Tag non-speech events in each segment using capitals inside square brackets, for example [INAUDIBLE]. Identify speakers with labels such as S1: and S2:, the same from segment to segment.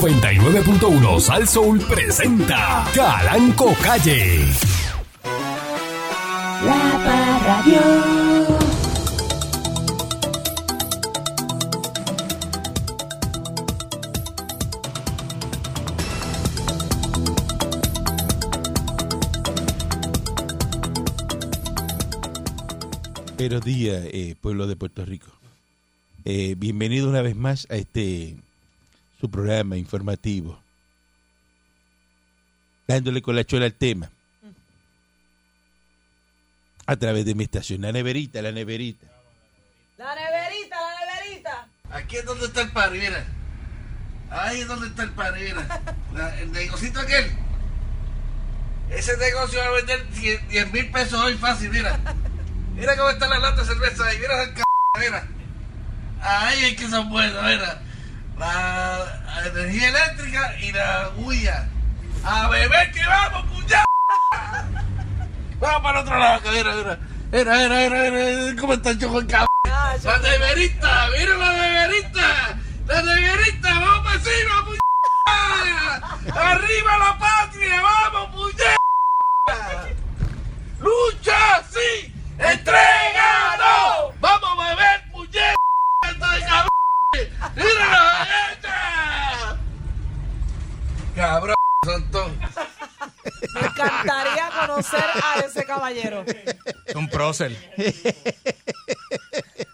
S1: 99.1 Sal Soul presenta Calanco Calle.
S2: La Parradio.
S3: Buenos días, eh, pueblo de Puerto Rico. Eh, bienvenido una vez más a este su programa informativo. Dándole con la chola al tema. A través de mi estación, la neverita, la neverita.
S4: La neverita, la neverita.
S5: Aquí es donde está el padre, mira. Ahí es donde está el padre, mira. La- el negocito aquel. Ese negocio va a vender 10 mil pesos hoy fácil, mira. Mira cómo están las latas de cerveza ahí, mira esa c... mira. Ahí es que son buenas, mira. La energía eléctrica y la huya. A beber que vamos, cuñado. Vamos para el otro lado, que mira, mira. Mira, mira, mira, mira, mira, cómo está el choco el cabrón.
S4: Ah, yo-
S5: La neverita, mira la neverita, la neverita, vamos para encima, puñeta. Arriba la patria, vamos, puñeta. Lucha, sí, entrega, no. Vamos a beber, puñeta, de cabrón. Mira la derecha. Cabrón, santo.
S4: Me encantaría conocer a ese caballero.
S6: Un prócer.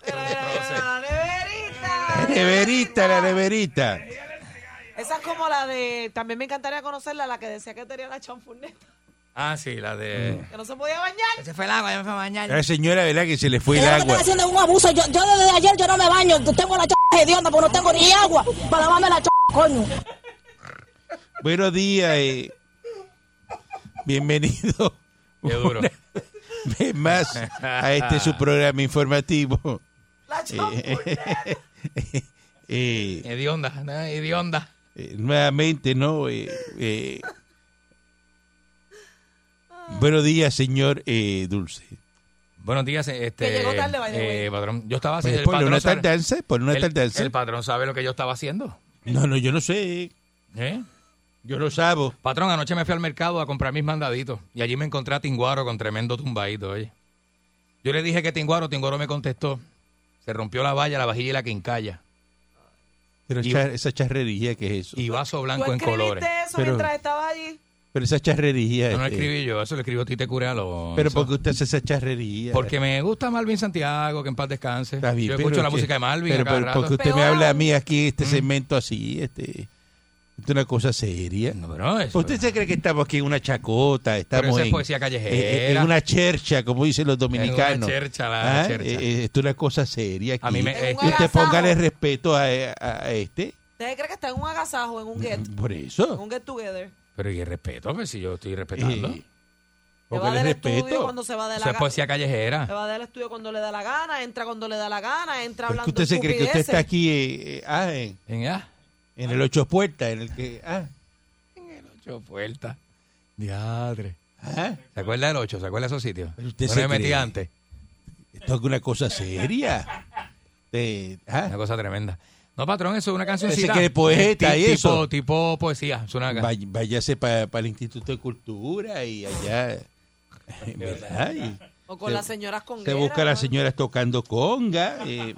S4: La
S3: La
S4: neverita.
S3: neverita, la neverita.
S4: Esa es como la de. También me encantaría conocerla, la que decía que tenía la chanfurneta.
S6: Ah, sí, la de.
S3: Mm.
S4: Que no se podía bañar.
S6: Se fue el agua, ya me fue a bañar.
S3: La señora, ¿verdad? Que se le fue el
S7: Ustedes lo que
S3: agua.
S7: están haciendo es un abuso. Yo, yo desde ayer yo no me baño. Tengo la ch... hedionda porque no tengo ni agua para lavarme la ch... coño.
S3: Buenos días. eh. Bienvenido. [LAUGHS]
S6: Qué duro.
S3: Una vez más a este su programa informativo.
S4: La chanfurneta.
S3: Eh,
S6: Hedionda, ¿no? hedionda.
S3: eh, nuevamente, ¿no? Eh, eh, buenos días, señor eh, Dulce.
S6: Buenos días, este.
S4: Que llegó tarde, by the way.
S6: eh, patrón. Yo estaba
S3: Pues
S6: haciendo.
S3: ponle una
S6: sabe-
S3: tardanza, ponle una
S6: el-
S3: tardanza.
S6: el patrón sabe lo que yo estaba haciendo.
S3: No, no, yo no sé.
S6: ¿Eh?
S3: Yo lo sabo.
S6: Patrón, anoche me fui al mercado a comprar mis mandaditos y allí me encontré a Tinguaro con tremendo tumbadito, oye. Yo le dije que Tinguaro, Tinguaro me contestó. Se rompió la valla, la vajilla y la quincalla.
S3: Pero
S6: Y-
S3: cha- esa charrería que es eso.
S6: Y vaso
S4: ¿Tú
S6: blanco en colores.
S4: escribiste eso
S3: Pero-
S4: mientras estabas allí?
S3: Pero esa charrería.
S6: Eso no lo
S3: eh,
S6: escribí yo, eso lo escribió Tite Curalo.
S3: pero porque usted hace esa charrería.
S6: Porque me gusta Malvin Santiago, que en paz descanse.
S3: Está bien,
S6: Yo
S3: pero
S6: escucho la
S3: que-
S6: música de Malvin
S3: Pero,
S6: a cada
S3: pero
S6: rato. Mm.
S3: porque usted me
S4: Peor
S3: habla a
S4: aún.
S3: mí aquí este segmento así, este, es una cosa seria.
S6: No, pero eso-
S3: ¿Usted se cree que estamos aquí en una chacota? Estamos
S6: esa es
S3: en,
S6: poesía callejera.
S3: eh, En, una chercha, como dicen los dominicanos.
S6: una chercha, la chercha.
S3: Eh, eh, esto es una cosa seria. Aquí.
S6: A mí me-
S4: Es un
S3: Y usted
S4: agasajo.
S3: póngale respeto a, a- a este.
S4: ¿Ustedes creen que está en un agasajo, en un get?
S3: Por
S4: En
S3: eso.
S4: un get together.
S6: Pero y el respeto, pues si yo estoy respetando.
S3: Eh,
S4: Se va
S3: póngale
S4: del estudio
S3: respeto.
S4: cuando se va de
S6: eso
S4: la
S6: es
S4: gana.
S6: poesía
S4: Se
S6: callejera.
S4: va del estudio cuando le da la gana, entra cuando le da la gana, entra
S3: Porque
S4: hablando
S3: usted se cree que usted
S4: estupideces.
S3: está aquí eh, eh, ah, en,
S6: En, ah,
S3: en el ocho puertas, en el que... Ah,
S6: en el ocho puertas. Diadre.
S3: ah,
S6: ¿Se acuerda del ocho? ¿Se acuerda de esos sitios?
S3: Pero usted
S6: Yo
S3: se
S6: me metí
S3: cree.
S6: antes.
S3: esto es una cosa seria. Eh, ah.
S6: Una cosa tremenda. No, patrón, eso es una canción.
S3: que es poeta y
S6: Tipo,
S3: eso.
S6: tipo poesía. Es una
S3: Vay- váyase para el Instituto de Cultura y allá. ¿Verdad? Y
S4: O con
S3: se-
S4: las señoras con
S3: se busca a las señoras tocando conga eh,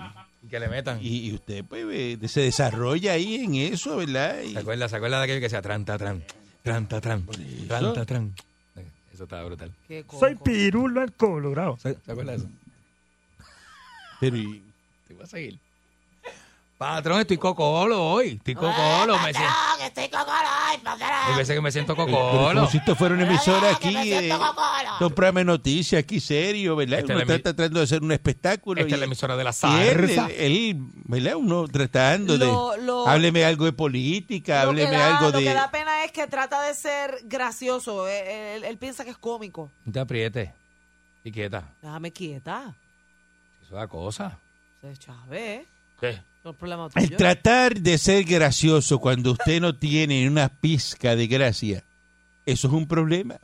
S6: Que le metan.
S3: y, y usted pues eh, se desarrolla ahí en eso, ¿verdad? Y-
S6: ¿Se acuerda, ¿Se acuerda de aquello que decía tranta, tran, tranta, tran, tranta, tran? Eh, Eso estaba brutal.
S4: Soy
S8: Pirulo el Colorado.
S6: ¿Se, se acuerda de eso?
S3: pero y-
S6: Te voy a seguir. Patrón, estoy cocolo hoy. Estoy cocolo. Me siento,
S7: No, que estoy cocoro ay,
S6: hay
S7: patrón.
S6: veces que me siento
S3: pero como
S6: cocolo.
S3: si esto fuera una emisora aquí,
S7: me siento
S3: eh,
S7: cocolo.
S3: esto es un programa de noticias aquí serio, ¿verdad?
S6: Esta
S3: Uno
S6: es la
S3: está
S6: emi-
S3: tratando de hacer un espectáculo.
S6: Esta
S3: y- eh.
S6: es la emisora de la
S3: y él,
S6: zarza.
S3: él- él, ¿verdad? Uno tratando
S4: Lo-
S3: de...
S4: lo-
S3: hábleme algo de política,
S4: Lo que
S3: hábleme
S4: da-
S3: algo
S4: Lo que
S3: de...
S4: da pena es que trata de ser gracioso. Él, él- él piensa que es cómico.
S6: No te aprietes. Y quieta.
S4: Déjame quieta.
S6: Eso da cosa.
S4: Se chave.
S6: ¿Qué?
S4: No es problema
S3: El
S4: tuyo.
S3: tratar de ser gracioso cuando usted no tiene una pizca de gracia, eso es un problema.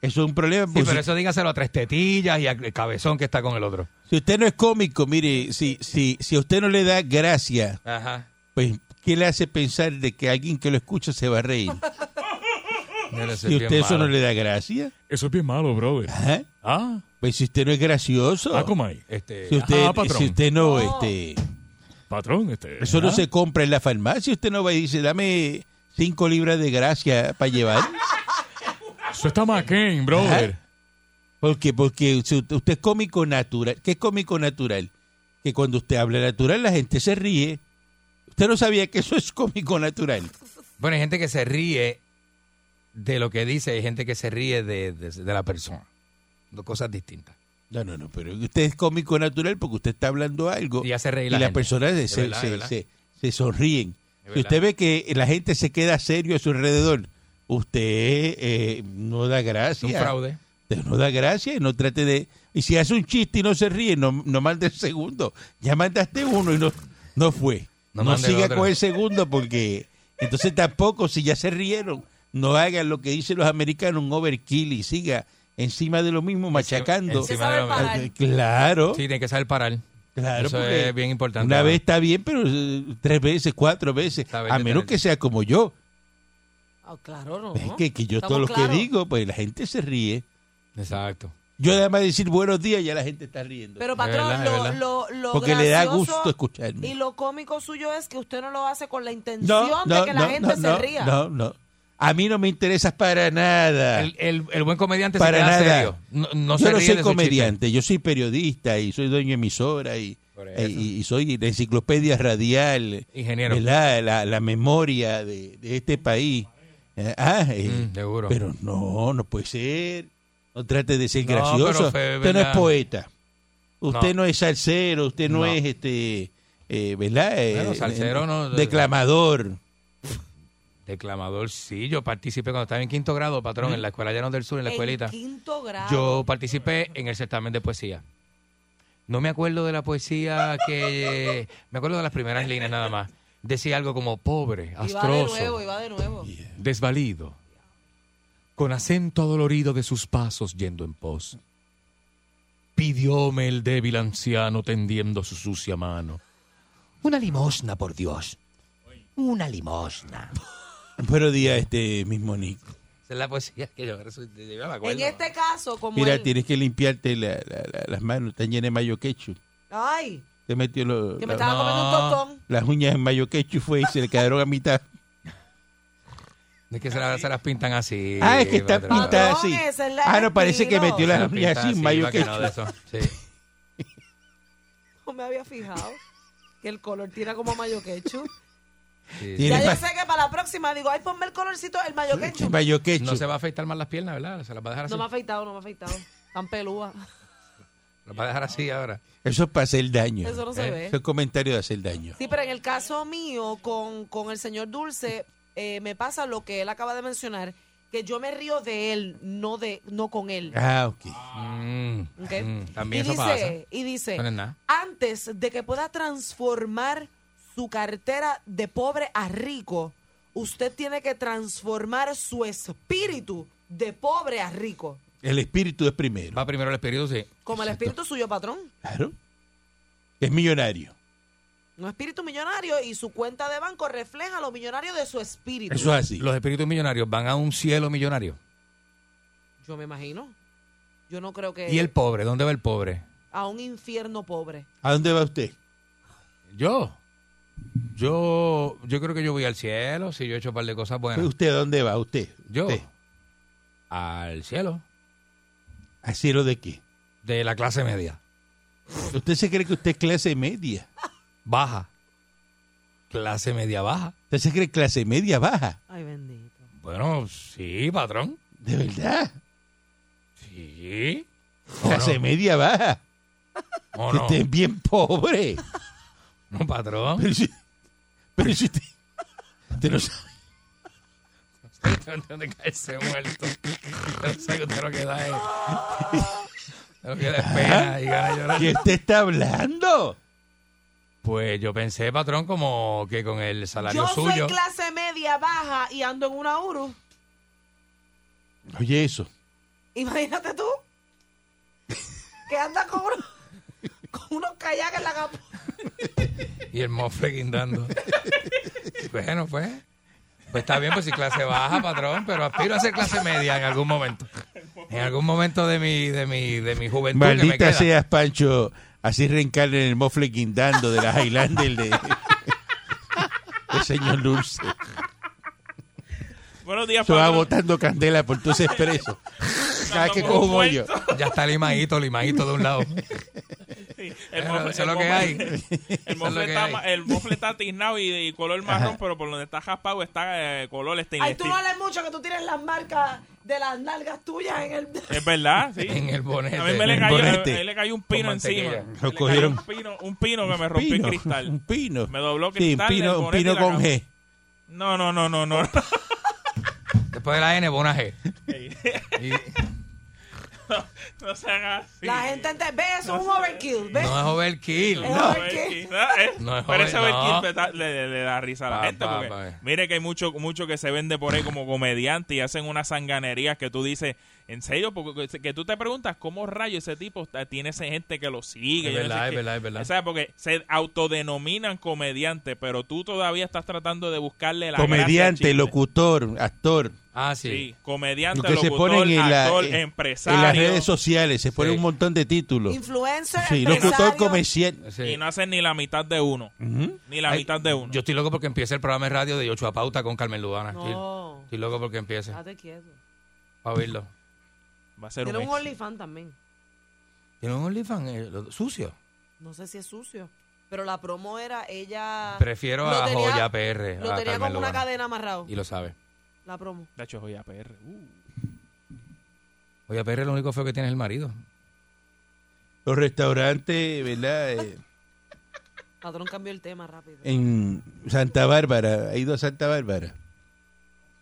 S3: Eso es un problema.
S6: Sí,
S3: porque
S6: pero
S3: si,
S6: eso dígaselo a tres tetillas y al cabezón que está con el otro.
S3: si usted no es cómico, mire, si, si, si a usted no le da gracia,
S6: Ajá.
S3: pues ¿Qué le hace pensar de que alguien que lo escucha se va a reír?
S6: Mira, ese
S3: ¿Y
S6: es bien
S3: usted eso
S6: malo.
S3: no le da gracia?
S2: Eso es bien malo, brother.
S3: Ajá.
S2: Ah,
S3: Pues si usted no es gracioso.
S2: ah, como ahí.
S6: Este,
S3: Si usted,
S2: Ajá, patrón.
S3: si usted no, este,
S2: Patrón, este.
S3: eso no
S2: ah,
S3: se compra en la farmacia. Usted no va y dice, dame cinco libras de gracia para llevar.
S2: Eso está maquén, brother.
S3: Porque, porque si usted usted es cómico natural. ¿Qué es cómico natural? Que cuando usted habla natural la gente se ríe. Usted no sabía que eso es cómico natural.
S6: Bueno, hay gente que se ríe de lo que dice, hay gente que se ríe de, de- de la persona. Dos cosas distintas.
S3: No, no, no, pero usted es cómico natural porque usted está hablando algo
S6: Y hace reír
S3: y
S6: la
S3: las
S6: gente.
S3: personas se,
S6: Es verdad,
S3: se-
S6: es verdad.
S3: se- se sonríen.
S6: Es
S3: Si usted
S6: verdad.
S3: ve que la gente se queda serio a su alrededor, usted eh, no da
S6: Es un
S3: gracia.
S6: fraude.
S3: Usted no da gracia y no trate de... Y si hace un chiste y no se ríe, no, no mande el segundo. Ya mandaste uno y no, no fue.
S6: No
S3: No,
S6: mande el
S3: siga
S6: otro.
S3: con el segundo porque... Entonces tampoco, si ya se rieron, no hagan lo que dicen los americanos, un overkill y siga encima de lo mismo machacando.
S6: Encima de lo-
S4: Saber parar.
S3: Ah, Claro,
S6: Sí, tiene que saber parar.
S3: claro.
S6: Eso
S3: porque
S6: es bien importante.
S3: Una
S6: ¿no?
S3: vez está bien, pero eh, tres veces, cuatro veces.
S6: Saber
S3: A
S6: detener.
S3: menos que sea como yo.
S4: Ah, claro, no.
S3: Es que, que yo
S4: Estamos
S3: todo lo
S4: claros.
S3: que digo, pues la gente se ríe.
S6: Exacto.
S3: Yo además de decir buenos días, ya la gente está riendo.
S4: Pero
S6: Es
S4: patrón,
S6: verdad, es
S4: lo, lo, lo
S3: porque le da
S4: gracioso
S3: gusto escucharme.
S4: Y lo cómico suyo es que usted no lo hace con la intención
S3: no,
S4: de
S3: no,
S4: que
S3: no,
S4: la gente
S3: no,
S4: se
S3: no,
S4: ría.
S3: no, no. A mí no me interesas para nada.
S6: El, el- el buen comediante
S3: Ah. Para
S6: se queda
S3: nada.
S6: serio. No, no se
S3: yo no
S6: ríe
S3: soy
S6: de su
S3: comediante, yo soy periodista y soy dueño de emisora y,
S6: Por
S3: y-
S6: eso.
S3: y- y soy de enciclopedia radial.
S6: Ingeniero.
S3: ¿verdad? La, la memoria de, de este país. Eh, ah, eh,
S6: Mm, seguro.
S3: Pero no, no puede ser. No trate de ser
S6: No,
S3: gracioso.
S6: pero fue,
S3: usted no es
S6: ¿verdad?
S3: poeta. Usted
S6: No.
S3: no, es salsero. Usted no,
S6: No.
S3: es este. eh, ¿Verdad? Eh,
S6: Bueno, salsero no-
S3: Declamador.
S6: chiste. Declamador, sí. Yo participé cuando estaba en quinto grado, patrón, en la escuela Llanos del Sur, en la escuelita.
S4: En quinto grado.
S6: Yo participé en el certamen de poesía. No me acuerdo de la poesía
S4: [LAUGHS]
S6: que... Me acuerdo de las primeras líneas nada más. Decía algo como pobre,
S4: y va de
S6: astroso,
S4: nuevo, y va de nuevo.
S6: desvalido, con acento adolorido de sus pasos yendo en pos. Pidióme el débil anciano tendiendo su sucia mano. Una limosna, por Dios. Una limosna.
S3: Buenos días, este mismo Nick.
S6: Esa es la poesía que yo, resucité, yo me acuerdo.
S4: En este caso, como
S3: Mira,
S4: él-
S3: tienes que limpiarte la- la- la- las manos. Están llenas de mayo ketchup.
S4: Ay,
S3: Te metió lo-
S4: que me
S3: la-
S4: estaba comiendo un tostón.
S3: las uñas en mayo ketchup fue y se le quedaron a
S6: [LAUGHS]
S3: mitad.
S6: Es que se, la- se las pintan así.
S3: ah, es que están
S6: patrón.
S3: pintadas así.
S4: Patrón, esa es la
S3: Ah, no, parece que
S4: estilo.
S3: metió
S6: Se
S3: las
S6: las
S3: uñas
S6: pintan
S3: así en
S6: así,
S3: mayo
S6: para que no de
S3: ketchup.
S6: eso. Sí.
S4: No me había fijado que el color tira como mayo ketchup.
S6: Sí,
S3: Tiene
S4: Ya yo
S3: más-
S4: sé que para la próxima digo, ay, ponme el colorcito, el mayo
S3: En
S4: ketchup.
S3: mayo ketchup.
S6: No se va a afeitar más las piernas, ¿verdad? Se las va a dejar así.
S4: No me ha afeitado, no me ha afeitado. Tan pelúa.
S6: Las va a dejar así ahora.
S3: Eso es para hacer daño. ¿Eh?
S4: Eso no se ve.
S3: Eso es comentario de hacer daño.
S4: Sí, pero en el caso mío, con, con el señor Dulce, eh, me pasa lo que él acaba de mencionar, que yo me río de él, no de no con él.
S3: Ah, ok.
S6: Mm,
S4: ¿ok?
S6: mm, también
S4: y
S6: eso pasa.
S4: dice, y dice,
S6: Eso no es nada.
S4: antes de que pueda transformar su cartera de pobre a rico, usted tiene que transformar su espíritu de pobre a rico.
S3: El espíritu es primero.
S6: Va primero el espíritu, sí.
S4: Como el espíritu suyo, patrón.
S3: Claro. Es millonario.
S4: Un espíritu millonario y su cuenta de banco refleja lo millonario de su espíritu.
S3: Eso es así.
S6: Los espíritus millonarios van a un cielo millonario.
S4: Yo me imagino. Yo no creo que
S6: ¿Y el pobre? ¿Dónde va el pobre?
S4: a un infierno pobre.
S3: ¿A dónde va usted?
S6: Yo. Yo yo creo que yo voy al cielo si yo he hecho un par de cosas buenas.
S3: ¿Usted a dónde va? ¿Usted?
S6: Yo.
S3: ¿Usted?
S6: Al cielo.
S3: ¿A cielo de qué?
S6: De la clase media.
S3: ¿Usted se cree que usted es clase media?
S6: Baja. Clase media baja.
S3: ¿Usted se cree clase media baja?
S4: Ay, bendito.
S6: Bueno, sí, patrón.
S3: ¿De verdad?
S6: Sí.
S3: Clase media baja.
S6: ¿O
S3: que
S6: no?
S3: usted es bien pobre.
S6: No, patrón. [LAUGHS]
S3: Pero si, pero si usted, usted no sabe.
S6: Antes de caerse muerto. Yo sé que usted lo que
S3: [LAUGHS]
S6: da es. Lo que da es pena y gana de llorar.
S3: ¿Qué usted está hablando?
S6: Pues yo pensé, patrón, como que con el salario
S4: Yo soy
S6: suyo.
S4: clase media baja y ando en una URU.
S3: Oye, eso.
S4: Imagínate tú. que andas con, uno- con unos kayaks en la capa.
S6: Y el mofle guindando. Bueno, pues. Pues está bien, pues si clase baja, patrón, pero aspiro a ser clase media en algún momento. En algún momento de mi, de mi, de mi juventud que me
S3: Maldita
S6: queda.
S3: seas, Pancho. Así reencarna en el mofle guindando de las Highlander de, de señor Dulce.
S8: Buenos días,
S3: Se va
S8: patrón.
S3: botando candela por tus expresos. Cada vez que cojo un hoyo.
S6: Ya está limadito, limadito de un lado.
S8: Sí,
S6: Pero
S8: mofle-
S6: eso es lo
S8: el
S6: que
S8: mofle-
S6: hay.
S8: El
S6: Eso es lo
S8: mofle
S6: que
S8: está,
S6: hay.
S8: ma- el mofle está tiznado y, y color marrón, pero por donde está raspado está eh, color
S4: Ay,
S8: stainless
S4: tú
S8: steel.
S4: no hables mucho que tú tienes las marcas de las nalgas tuyas en el...
S8: Es verdad, sí.
S6: En el bonete.
S8: A mí me le
S3: en
S8: cayó,
S3: bonete.
S8: a él le cayó un
S6: Con
S8: pino
S6: mantequilla.
S8: encima.
S3: Lo
S8: Le cayó
S3: cogieron.
S8: Un pino, un pino que me rompió el
S3: Un
S8: cristal.
S3: pino.
S8: Me dobló
S3: Sí, un
S8: cristal, el
S3: pino, un
S8: bonete y
S3: pino
S8: la
S3: con
S8: cama.
S3: G.
S8: No, no, no, no, no. [LAUGHS]
S6: Después de la N, bona G. Y-
S8: No se haga así.
S4: La gente entiende, ve, eso es un overkill, ve.
S6: no es overkill.
S4: No.
S8: [LAUGHS] No,
S4: Ay,
S8: es
S4: ¿qué?
S8: que- no, eh,
S6: No es
S8: Pero ese
S6: joven,
S8: Belkin
S6: no.
S8: le da- le, le- le da risa a la
S6: Pa,
S8: gente.
S6: pa,
S8: porque
S6: pa. eh.
S8: Mire que hay mucho, mucho que se vende por ahí como comediante y hacen unas sanganerías que tú dices, en serio, porque que- que tú te preguntas cómo rayo ese tipo está- tiene esa gente que lo sigue.
S6: Es
S8: Yo no sé
S6: verdad, es
S8: qué.
S6: verdad, es verdad.
S8: O sea, porque se autodenominan comediante, pero tú todavía estás tratando de buscarle la gracia al
S3: Comediante,
S8: chiste.
S3: locutor, actor.
S6: Ah,
S8: Sí,
S6: sí.
S8: comediante,
S3: Lo que se
S8: locutor,
S3: ponen en, la-
S8: actor,
S3: en-
S8: empresario.
S3: en las redes sociales. Se ponen
S6: Sí.
S3: un montón de títulos.
S4: Influencer,
S3: Sí,
S4: empresario.
S3: locutor comercial.
S6: Sí.
S8: Y no hacen ni la mitad de uno. Ni la
S6: Ay,
S8: mitad de uno.
S6: Yo estoy loco porque empiece el programa de radio de Yocho a Pauta con Carmen Lubana.
S4: No.
S6: Estoy, estoy loco porque empiece.
S4: Estate quieto.
S6: Para oírlo.
S8: Va a ser un
S4: Tiene un
S8: éxito.
S4: OnlyFans también.
S6: Tiene un OnlyFans eh, lo- sucio.
S4: No sé si es sucio. Pero la promo era ella.
S6: Prefiero
S4: Lo
S6: a
S4: tenía-
S6: Joya PR.
S4: Lo
S6: a
S4: tenía
S6: Carmen
S4: como una
S6: Lubana.
S4: cadena amarrado.
S6: Y lo sabe.
S4: La promo.
S8: De hecho, joya PR. Uh.
S6: Joya PR lo único feo que tiene es el marido.
S3: Los restaurantes, ¿verdad? Eh,
S4: Patrón cambió el tema rápido.
S3: en Santa Bárbara. ¿Ha ido a Santa Bárbara?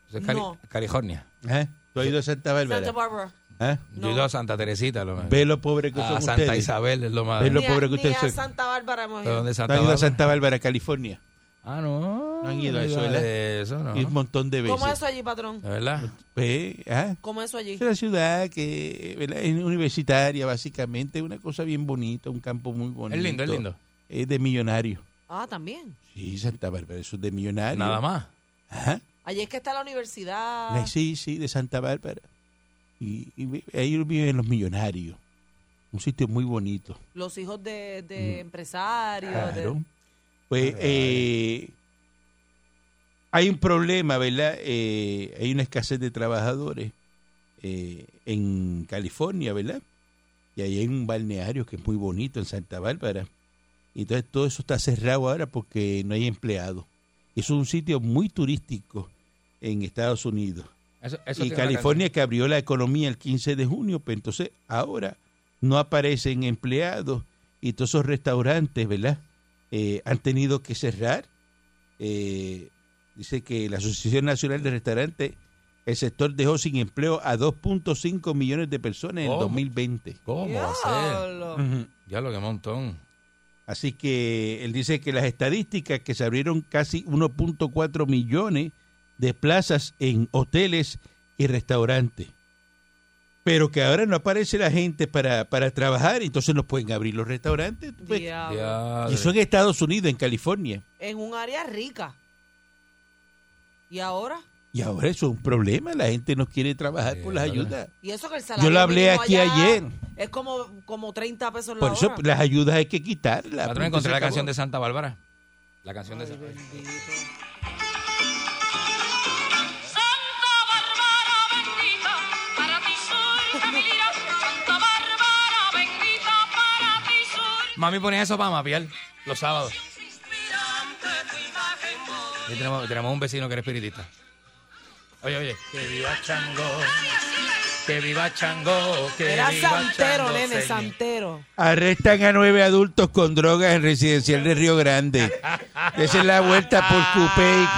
S6: Eso es Cali-
S4: No.
S6: California.
S3: ¿Ah? ¿Tú has ido a Santa
S4: Santa
S3: Bárbara?
S4: Barbara.
S3: ¿Ah?
S6: Yo he ido a Santa Teresita. Lo
S3: Ve lo pobre que son
S6: a Ah, Santa
S3: ustedes.
S6: Isabel es lo más.
S3: Ve
S6: ¿De
S3: lo
S4: Ni a-
S3: pobre que
S4: ni
S3: ustedes
S4: a
S3: son.
S4: Santa Bárbara hemos ido.
S6: dónde es
S3: No
S6: Santa
S3: han ido a
S6: Bárbara?
S3: Santa Bárbara, California.
S6: Ah, no.
S3: No han ido a
S6: no
S3: eso,
S6: iba
S3: ¿verdad?
S6: de eso, no.
S3: Y un montón de veces.
S4: ¿Cómo eso allí, patrón?
S6: ¿De verdad?
S3: Ve, ¿ah?
S4: ¿Cómo eso allí?
S3: Es una ciudad que ¿verdad? es universitaria, básicamente. Una cosa bien bonita, un campo muy bonito.
S6: Es lindo, es lindo.
S3: Es de millonario.
S4: Ah, también.
S3: Sí, Santa Bárbara, eso es de millonario.
S6: Nada más.
S3: Ajá.
S4: Allí es que está la universidad.
S3: Sí, sí, de Santa Bárbara. Y, y vi- ahí viven los millonarios. Un sitio muy bonito.
S4: Los hijos de,
S6: Mm.
S4: de empresarios. de-
S3: Claro. Pues eh, hay un problema, ¿verdad? Eh, hay una escasez de trabajadores eh, en California, ¿verdad? Y ahí hay un balneario que es muy bonito en Santa Bárbara. Y entonces todo eso está cerrado ahora porque no hay empleados. Eso es un sitio muy turístico en Estados Unidos.
S6: Eso, eso
S3: Y
S6: tiene una
S3: California que abrió la economía el 15 de junio, pues entonces ahora no aparecen empleados y todos esos restaurantes, ¿verdad? Eh, han tenido que cerrar. Eh, dice que la Asociación Nacional de Restaurantes, el sector dejó sin empleo a 2.5 millones de personas en el
S6: ¿Cómo?
S3: 2020.
S6: canción. ¿Cómo va a ser?
S4: Diablo.
S3: Ujú.
S6: Ya lo que montón.
S3: Así que él dice que las estadísticas que se abrieron casi 1.4 millones de plazas en hoteles y restaurantes. Pero que ahora no aparece la gente para, para trabajar, entonces no pueden abrir los restaurantes. tú ves.
S4: Diablo.
S6: Mm. Ya,
S3: Y eso en Estados Unidos, en California.
S4: En un área rica. ¿Y ahora?
S3: Y ahora eso es un problema, la gente no quiere trabajar por
S6: Eh,
S3: las ayudas.
S4: Y eso que el salario
S3: Yo lo hablé
S4: mínimo
S3: aquí
S4: allá
S3: ayer.
S4: Es como, como 30 pesos la
S3: Por eso
S4: hora.
S3: las ayudas hay que
S6: Patrón,
S3: quitarlas. punto,
S6: encontré
S3: se
S6: la
S3: acabó.
S6: canción de Santa Bárbara. La canción de Santa
S9: Santa Bárbara bendita, para ti surge mi lira. Santa Bárbara bendita, para ti surge
S6: Mami pone eso para mapear los sábados.
S9: inspirante tu imagen.
S6: Y tenemos, tenemos un vecino que era espiritista. Oye, oye. Que viva Chango. Que viva Chango. Que
S4: Era
S6: viva
S4: santero,
S6: Chango,
S4: nene,
S6: señor.
S4: santero.
S3: Arrestan a nueve adultos con drogas en residencial de Río Grande. Esa es la vuelta por Cupey,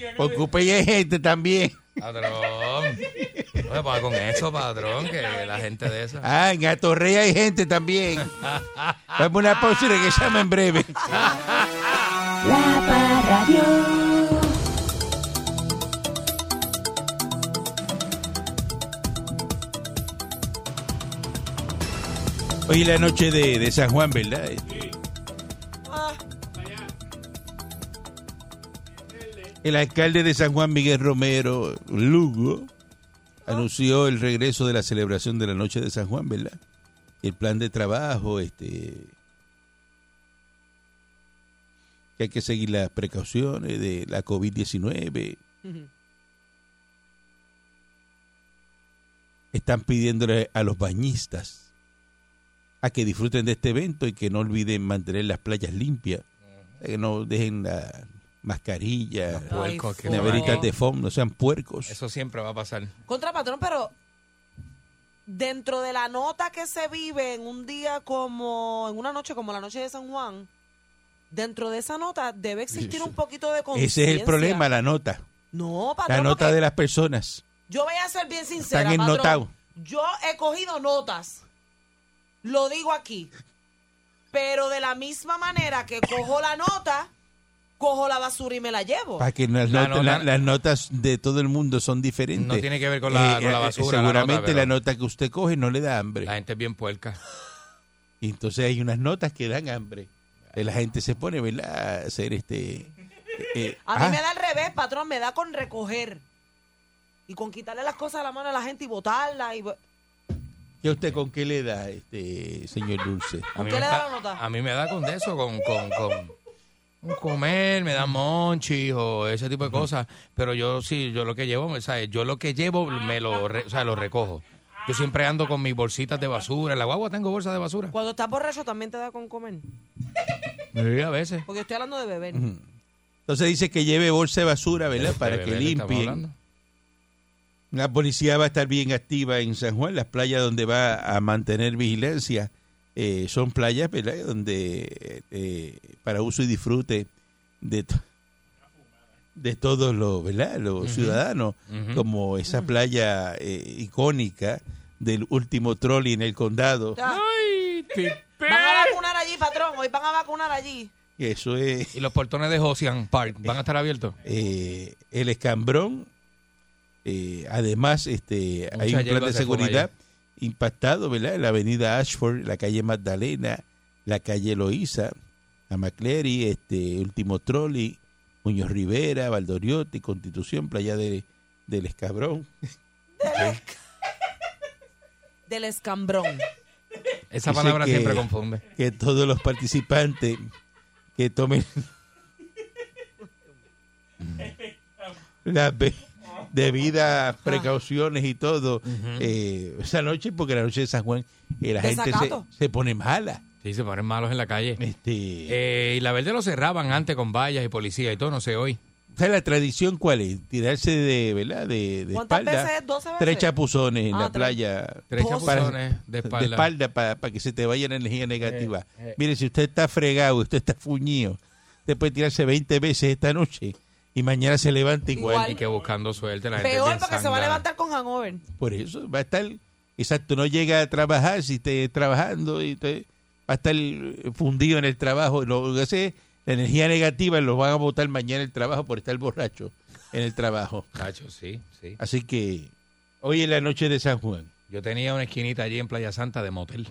S3: que por Cupey hay gente también.
S6: Padrón. No me pongas pues con eso, padrón, que la gente de esa.
S3: Ah, en Atorrey hay gente también. Vamos a una pausa y regresamos en breve.
S10: La Parradio.
S3: Hoy es la noche de, de San Juan, ¿verdad? El alcalde de San Juan Miguel Romero Lugo anunció el regreso de la celebración de la noche de San Juan, ¿verdad? El plan de trabajo, este que hay que seguir las precauciones de la COVID-19. Están pidiéndole a los bañistas a que disfruten de este evento y que no olviden mantener las playas limpias, que no dejen la mascarilla,
S6: Los puercos, que-
S3: neveritas de fondo, no sean puercos.
S6: Eso siempre va a pasar.
S4: Eh, Contra patrón, pero dentro de la nota que se vive en un día como, en una noche como la noche de San Juan, dentro de esa nota debe existir un poquito de conciencia.
S3: Ese es el problema, la nota.
S4: Ah, No,
S3: La
S4: patrón,
S3: nota
S4: porque
S3: de las personas.
S4: yo voy a ser bien sincera,
S3: Están
S4: patrón.
S3: ennotados.
S4: Yo he cogido notas, lo digo aquí, pero de la misma manera que cojo la nota, cojo la basura y me la llevo.
S3: Para que las,
S6: La
S3: notas-
S6: nota-
S3: la- las notas de todo el mundo son diferentes. Eh,
S6: No tiene que ver con la- con la basura, la
S3: Seguramente la
S6: nota,
S3: nota,
S6: pero-
S3: que usted coge no le da hambre.
S6: La gente es bien puerca.
S3: Y entonces hay unas notas que dan hambre. Eh, La gente se pone, ¿verdad? A hacer este. eh,
S4: A mí
S3: ah,
S4: me da al revés, patrón, me da con recoger. Y con quitarle las cosas a la mano a la gente y botarla. Y... bo-
S3: ¿y a usted con qué le da, este señor Dulce?
S6: A mí,
S4: qué
S6: me
S4: le
S6: da-
S4: da la nota?
S6: a mí me da con de eso, con, con, con, con comer, me da monchis o ese tipo de cosas. Pero yo sí, yo lo que llevo, o sea, yo lo que llevo me lo, re- o sea, lo recojo. Yo siempre ando con mis bolsitas de basura. En la guagua tengo bolsas de basura.
S4: Cuando estás borracho también te da con comer.
S6: Sí, a veces.
S4: Porque estoy hablando de beber.
S3: Entonces dice que lleve bolsa de basura, ¿verdad?
S6: De
S3: Para
S6: Este bebé
S3: que
S6: estamos
S3: limpien.
S6: hablando.
S3: La policía va a estar bien activa en San Juan. Las playas donde va a mantener vigilancia eh, son playas, ¿verdad? Donde eh, para uso y disfrute de, to- de todos los, ¿verdad? Los ciudadanos, como esa playa eh, icónica del último trolley en el condado.
S4: Ya.
S2: Tipe.
S4: Van a vacunar allí, patrón. Hoy van a vacunar allí.
S3: que Eso es
S6: Y los portones de Ocean Park van a estar abiertos.
S3: eh, el escambrón. Eh, además, este,
S6: Mucha
S3: hay un plan
S6: hierba
S3: de
S6: se fuma
S3: seguridad impactado, ¿verdad? En la avenida Ashford, la calle Magdalena, la calle Eloísa, la McCleary, este, Último Trolley, Muñoz Rivera, Valdoriotti, Constitución, Playa de, del Escabrón.
S4: Del escambrón.
S6: Esa
S3: Dice
S6: palabra
S3: que-
S6: siempre confunde.
S3: Que todos los participantes que tomen las be- debidas precauciones y todo eh, esa noche, porque la noche de San Juan eh, la gente se,
S4: Desacato.
S3: se pone mala.
S6: Sí, se ponen malos en la calle.
S3: Este,
S6: Eh, y la verde lo cerraban antes con vallas y policía y todo, no sé hoy.
S3: ¿Sabes la tradición cuál es? Tirarse de, ¿verdad? De, de
S4: ¿Cuántas
S3: espalda.
S4: veces? ¿Doce veces?
S3: Tres chapuzones en
S4: Ah,
S3: la
S4: tres.
S3: playa.
S6: Tres
S3: Para-
S6: chapuzones de espalda. Eh,
S3: De espalda para que se te vaya la energía negativa. Mire, si usted está fregado, usted está fuñido, usted puede tirarse 20 veces esta noche y mañana se levanta igual.
S4: Igual.
S6: Y que buscando suerte la gente. es
S4: Peor
S6: bien
S4: porque se va a
S6: sangrana.
S4: levantar con hangover.
S3: Por eso va a estar, exacto, no llega a trabajar, si esté trabajando, y te- va a estar fundido en el trabajo. Lo que hace es, la energía negativa lo van a botar mañana en el trabajo por estar borracho en el trabajo.
S6: Cacho, sí, sí.
S3: Así que hoy es la noche de San Juan.
S6: Yo tenía una esquinita allí en Playa Santa de motel.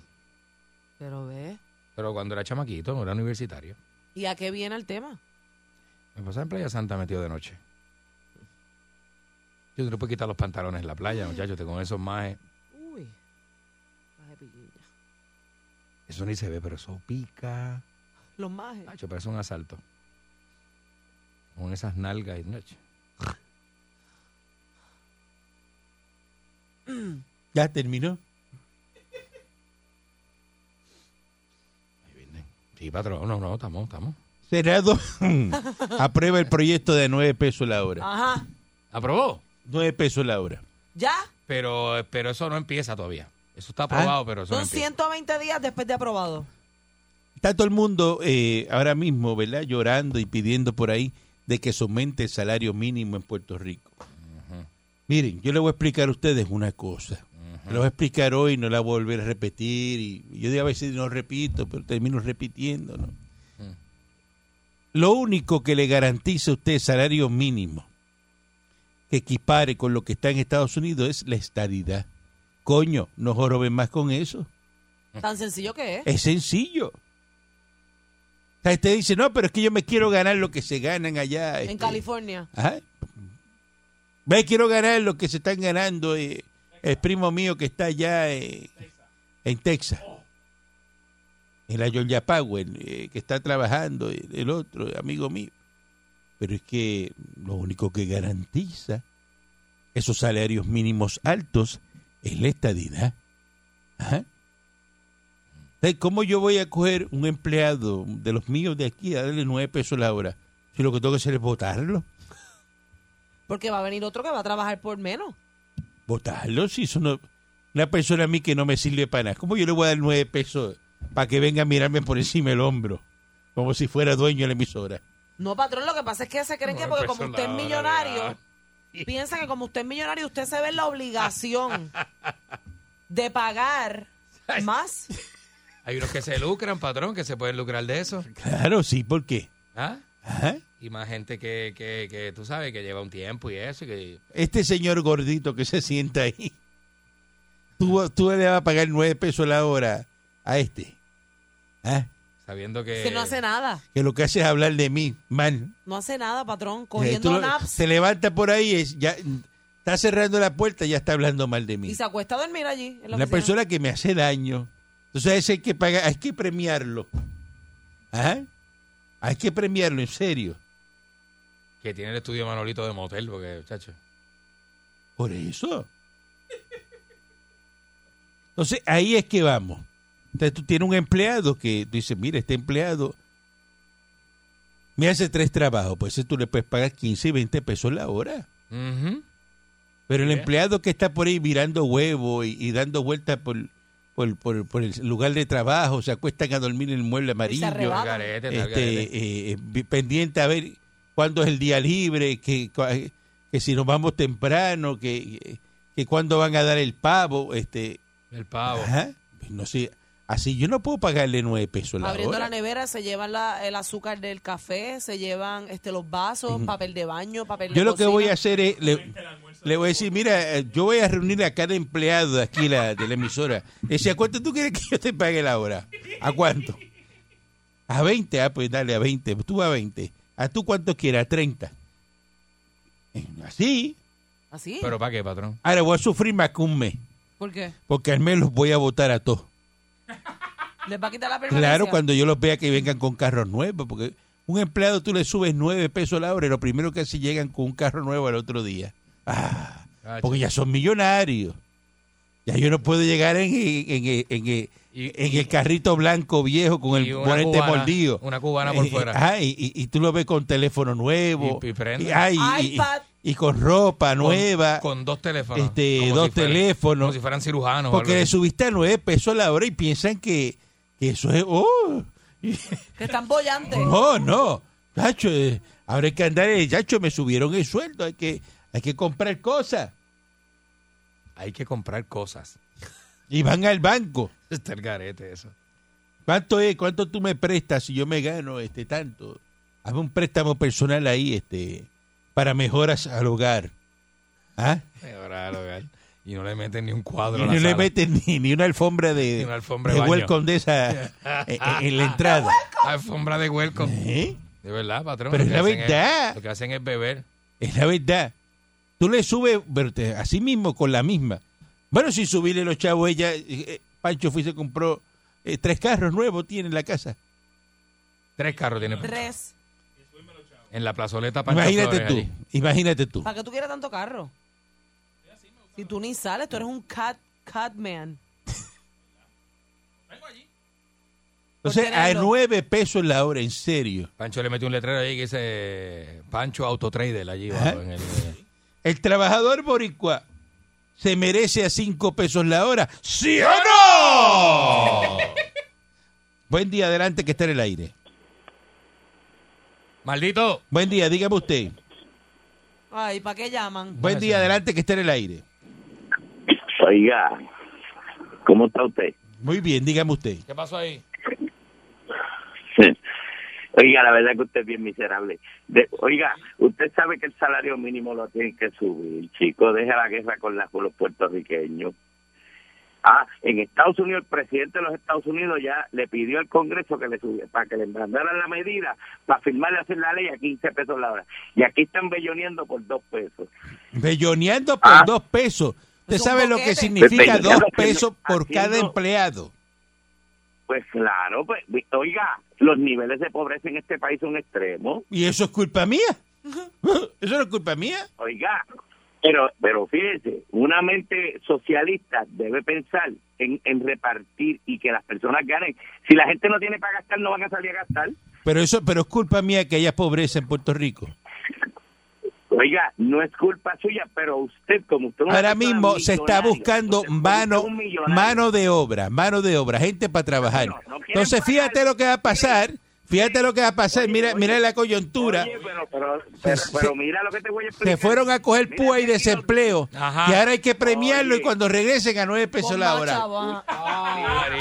S4: Pero ve.
S6: Pero cuando era chamaquito, no era universitario.
S4: ¿Y a qué viene el tema?
S6: Me pasaba en Playa Santa metido de noche. Yo no le puedo quitar los pantalones en la playa, muchachos, te con esos majes.
S4: Uy.
S6: Eso ni se ve, pero eso pica.
S4: Los majes.
S6: Nacho, parece un asalto. Con esas nalgas y Nacho.
S3: ¿Ya terminó?
S6: Ahí vienen. Sí, patrón, no, no, estamos, estamos.
S3: Senado [LAUGHS] aprueba el proyecto de nueve pesos la hora.
S4: Ajá.
S6: ¿Aprobó?
S3: Nueve pesos la hora.
S4: ¿Ya?
S6: Pero, pero eso no empieza todavía. Eso está aprobado, pero eso no
S4: Son
S6: empieza.
S4: 120 días después de aprobado.
S3: Está todo el mundo eh, ahora mismo, ¿verdad? Llorando y pidiendo por ahí de que se aumente el salario mínimo en Puerto Rico. Miren, yo les voy a explicar a ustedes una cosa. Les voy a explicar hoy, no la voy a volver a repetir. Y yo de a veces no repito, pero termino repitiendo, ¿no? Lo único que le garantiza a usted salario mínimo que equipare con lo que está en Estados Unidos es la estadidad. Coño, no joroben más con eso. Eh,
S4: Tan sencillo que es.
S3: Es sencillo. sea, usted dice, no, pero es que yo me quiero ganar lo que se ganan allá.
S4: En
S3: este,
S4: California.
S3: Ajá. Me quiero ganar lo que se están ganando eh, el primo mío que está allá eh, en Texas. En la Georgia Powell, eh, que está trabajando, eh, el otro amigo mío. Pero es que lo único que garantiza esos salarios mínimos altos es la estadidad. Ajá. Entonces, ¿Cómo yo voy a coger un empleado de los míos de aquí a darle nueve pesos la hora? Si lo que tengo que hacer es votarlo.
S4: Porque va a venir otro que va a trabajar por menos.
S3: votarlo si eso no- una persona a mí que no me sirve para nada. ¿Cómo yo le voy a dar nueve pesos para que venga a mirarme por encima del hombro? Como si fuera dueño de la emisora.
S4: No, patrón, lo que pasa es que se creen que porque como usted es
S3: [LAUGHS]
S4: millonario, piensan que como usted es millonario, usted se ve en la obligación de pagar más.
S6: Hay unos que se lucran, patrón, que se pueden lucrar de eso.
S3: Claro, sí, ¿por qué?
S6: ¿Ah?
S3: Ajá.
S6: Y más gente que, que, que tú sabes que lleva un tiempo y eso. y que
S3: Este señor gordito que se sienta ahí, tú, tú le vas a pagar nueve pesos la hora a este. ¿Ah?
S6: sabiendo que.
S4: Que
S3: Eh.
S4: no hace nada.
S3: Que lo que hace es hablar de mí, mal.
S4: No hace nada, patrón.
S3: Eh, tú
S4: Cogiendo
S3: lo-
S4: naps
S3: se levanta por ahí, es, ya, está cerrando la puerta, ya está hablando mal de mí.
S4: y se acuesta a dormir allí. En la
S3: Una
S4: oficina.
S3: persona que me hace daño. Entonces ese hay que pagar, hay que premiarlo. Ajá. Hay que premiarlo, en serio.
S6: Que tiene el estudio Manolito de motel, porque, muchacho.
S3: Por eso. Entonces ahí es que vamos. Entonces tú tienes un empleado que tú dices, mira, este empleado me hace tres trabajos. Pues ese tú le puedes pagar 15 y 20 pesos la hora.
S6: Ujú.
S3: Pero el
S6: Bien.
S3: empleado que está por ahí mirando huevo y, y dando vueltas por, por, por- por el lugar de trabajo, se acuestan a dormir en el mueble amarillo,
S4: arrebatan.
S6: Garete, tal garete.
S3: este, eh, vi- pendiente a ver cuándo es el día libre, que, cua- eh, que si nos vamos temprano, que, que cuándo van a dar el pavo. este
S6: El pavo.
S3: ajá, pues no sé, así yo no puedo pagarle nueve pesos Pues la
S4: Abriendo la
S3: hora.
S4: nevera, se llevan la- el azúcar del café, se llevan este los vasos, papel de baño, papel de
S3: Yo lo que
S4: cocina.
S3: voy a hacer es, le, le voy a decir, mira, eh, yo voy a reunir a cada empleado de aquí la, de la emisora. Decía, ¿cuánto tú quieres que yo te pague la hora? ¿A cuánto? A 20, ah, pues dale, a 20, tú a 20. ¿A tú cuánto quieras? A 30. Eh, Así.
S4: ¿Así?
S6: ¿Pero para qué, patrón?
S3: Ahora voy a sufrir más que un mes,
S4: ¿Por qué?
S3: porque al menos los voy a votar a todos.
S4: ¿Les va a quitar la permanencia?
S3: Claro, cuando yo los vea que vengan con carros nuevos, porque un empleado tú le subes nueve pesos la hora y lo primero que hace llegan con un carro nuevo al otro día. Ah, porque ya son millonarios. Ya yo no puedo llegar en, en- en- en- en- en el carrito blanco viejo con
S6: Y
S3: el
S6: una
S3: bonete
S6: cubana,
S3: mordido.
S6: una cubana por
S3: Eh,
S6: fuera.
S3: ah, y, y- y tú lo ves con teléfono nuevo.
S6: Y- y prende.
S3: ay, y-
S4: iPad.
S3: y con ropa
S6: Con-
S3: nueva.
S6: Con, dos teléfonos.
S3: Este,
S6: Como
S3: dos
S6: fueran-
S3: teléfonos.
S6: Como si fueran cirujanos. o
S3: porque
S6: algo
S3: le
S6: así.
S3: subiste a nueve pesos la hora y piensan que, que eso es... ¡Oh!
S4: Que están bollantes.
S3: No, no. Chacho, eh, ahora hay que andar, eh, chacho, me subieron el sueldo, hay que, hay que comprar cosas.
S6: Hay que comprar cosas. [LAUGHS]
S3: Y van al banco.
S6: Está el garete eso.
S3: ¿Cuánto es? ¿Cuánto tú me prestas si yo me gano este tanto? Hazme un préstamo personal ahí, este, para mejoras al hogar. ¿Ah?
S6: Ahora, ahora, Y no le meten ni un cuadro
S3: Y
S6: a
S3: no
S6: la
S3: le
S6: sala.
S3: meten ni, ni una alfombra de,
S6: Ni una alfombra de
S3: de
S6: baño.
S3: welcome de
S6: [LAUGHS]
S3: esa en, en la entrada.
S6: Alfombra de welcome.
S3: ¿Eh?
S6: De verdad, patrón.
S3: Pero
S6: lo que
S3: es la
S6: hacen
S3: verdad.
S6: lo que hacen es beber.
S3: Es la verdad. Tú le subes, pero te- así mismo, con la misma. Bueno, si subirle los chavos, ella, eh, eh, Pancho fue y se compró eh, tres carros nuevos, tiene en la casa.
S6: Tres carros tiene
S4: Tres.
S6: en la plazoleta. Pancho
S3: Imagínate
S6: Flores,
S3: tú,
S6: allí.
S3: imagínate tú.
S4: ¿Para qué tú quieres tanto carro? Si tú ni sales, tú eres un cat, cat man.
S3: Entonces, a
S4: tenerlo.
S3: nueve pesos la hora, en serio.
S6: Pancho le metió un letrero allí que dice Pancho Autotrader allí. abajo en el-
S3: El trabajador boricua se merece a cinco pesos la hora, ¿sí o no? Buen día, adelante, que está en el aire.
S6: Maldito.
S3: Buen día, dígame usted.
S4: Ay, ¿para qué llaman?
S3: Buen día, adelante, que está en el aire.
S11: Oiga, ¿cómo está usted? [LAUGHS]
S3: Muy bien, dígame usted.
S6: ¿Qué pasó ahí?
S11: Oiga, la verdad es que usted es bien miserable. De- oiga, usted sabe que el salario mínimo lo tiene que subir, chico. Deja la guerra con, la- con los puertorriqueños. Ah, en Estados Unidos, el presidente de los Estados Unidos ya le pidió al Congreso que le subiera, para que le mandaran la medida para firmarle hacer la ley a 15 pesos la hora. Y aquí están belloneando por 2 pesos.
S3: Belloneando por
S11: Ah.
S3: dos pesos. ¿Usted
S11: Es un
S3: sabe lo
S11: boquete.
S3: que significa
S11: Belloneando
S3: dos
S11: haciendo-
S3: pesos por cada
S11: haciendo-
S3: empleado?
S11: Pues claro, pues, vi- oiga, los niveles de pobreza en este país son extremos.
S3: ¿Y eso es culpa mía? [LAUGHS] ¿Eso no es culpa mía?
S11: Oiga, pero, pero fíjese, una mente socialista debe pensar en, en repartir y que las personas ganen. Si la gente no tiene para gastar, no van a salir a gastar.
S3: Pero eso pero es culpa mía que haya pobreza en Puerto Rico.
S11: Oiga, no es culpa suya, pero usted, como usted es una
S3: Ahora
S11: persona
S3: mismo se está
S11: millonaria,
S3: buscando mano mano de obra, mano de obra, gente para trabajar. Entonces fíjate lo que va a pasar, fíjate lo que va a pasar, mira mira la coyuntura.
S11: Oye, pero, pero, pero,
S3: Se-
S11: pero mira lo que te voy a explicar.
S3: Se fueron a coger púa y desempleo.
S11: Ajá.
S3: Y ahora hay que premiarlo y cuando regresen a nueve pesos la hora.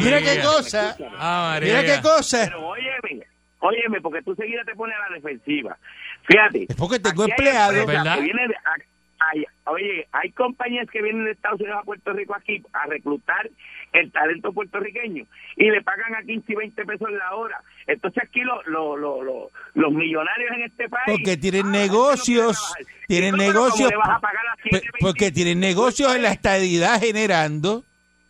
S3: Mira qué cosa.
S6: Ah,
S3: Mira qué cosa.
S11: Pero óyeme, óyeme, porque tú seguida te pones a la defensiva. Fíjate.
S3: Es porque tengo
S11: Aquí hay
S3: empleado.
S11: empresas
S3: ¿Verdad?
S11: que vienen de- a- hay- oye, hay compañías que vienen de Estados Unidos a Puerto Rico aquí a reclutar el talento puertorriqueño y le pagan a 15 y 20 pesos la hora. Entonces aquí lo- lo- lo- lo- los millonarios en este país...
S3: Porque tienen negocios, tienen
S11: Sí, pero ¿cómo
S3: negocios,
S11: le vas a pagar a
S3: pe- porque tienen negocios en la estadidad generando.